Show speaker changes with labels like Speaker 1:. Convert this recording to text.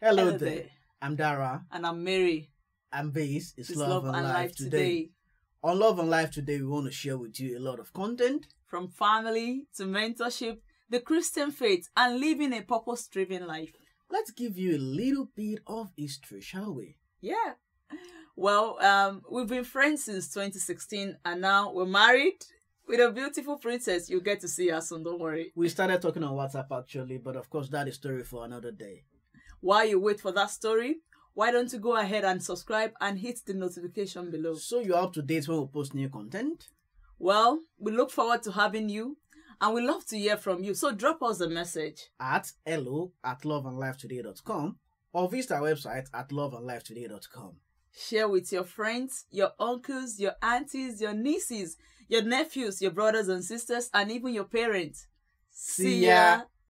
Speaker 1: Hello, there. I'm Dara.
Speaker 2: And I'm Mary.
Speaker 1: And this is
Speaker 2: It's
Speaker 1: Love, and Life, today.
Speaker 2: today.
Speaker 1: On Love and Life today, we want to share with you a lot of content.
Speaker 2: From family to mentorship, the Christian faith, and living a purpose driven life.
Speaker 1: Let's give you a little bit of history, shall we?
Speaker 2: Yeah. Well, um, we've been friends since 2016 and now we're married with a beautiful princess. You'll get to see her soon, don't worry.
Speaker 1: We started talking on WhatsApp actually, but of course, that is story for another day.
Speaker 2: While you wait for that story, why don't you go ahead and subscribe and hit the notification below?
Speaker 1: So you're up to date when we post new content.
Speaker 2: Well, we look forward to having you and we love to hear from you. So drop us a message.
Speaker 1: at hello at loveandlifetoday.com or visit our website at loveandlifetoday.com.
Speaker 2: Share with your friends, your uncles, your aunties, your nieces, your nephews, your brothers and sisters, and even your parents.
Speaker 1: See ya.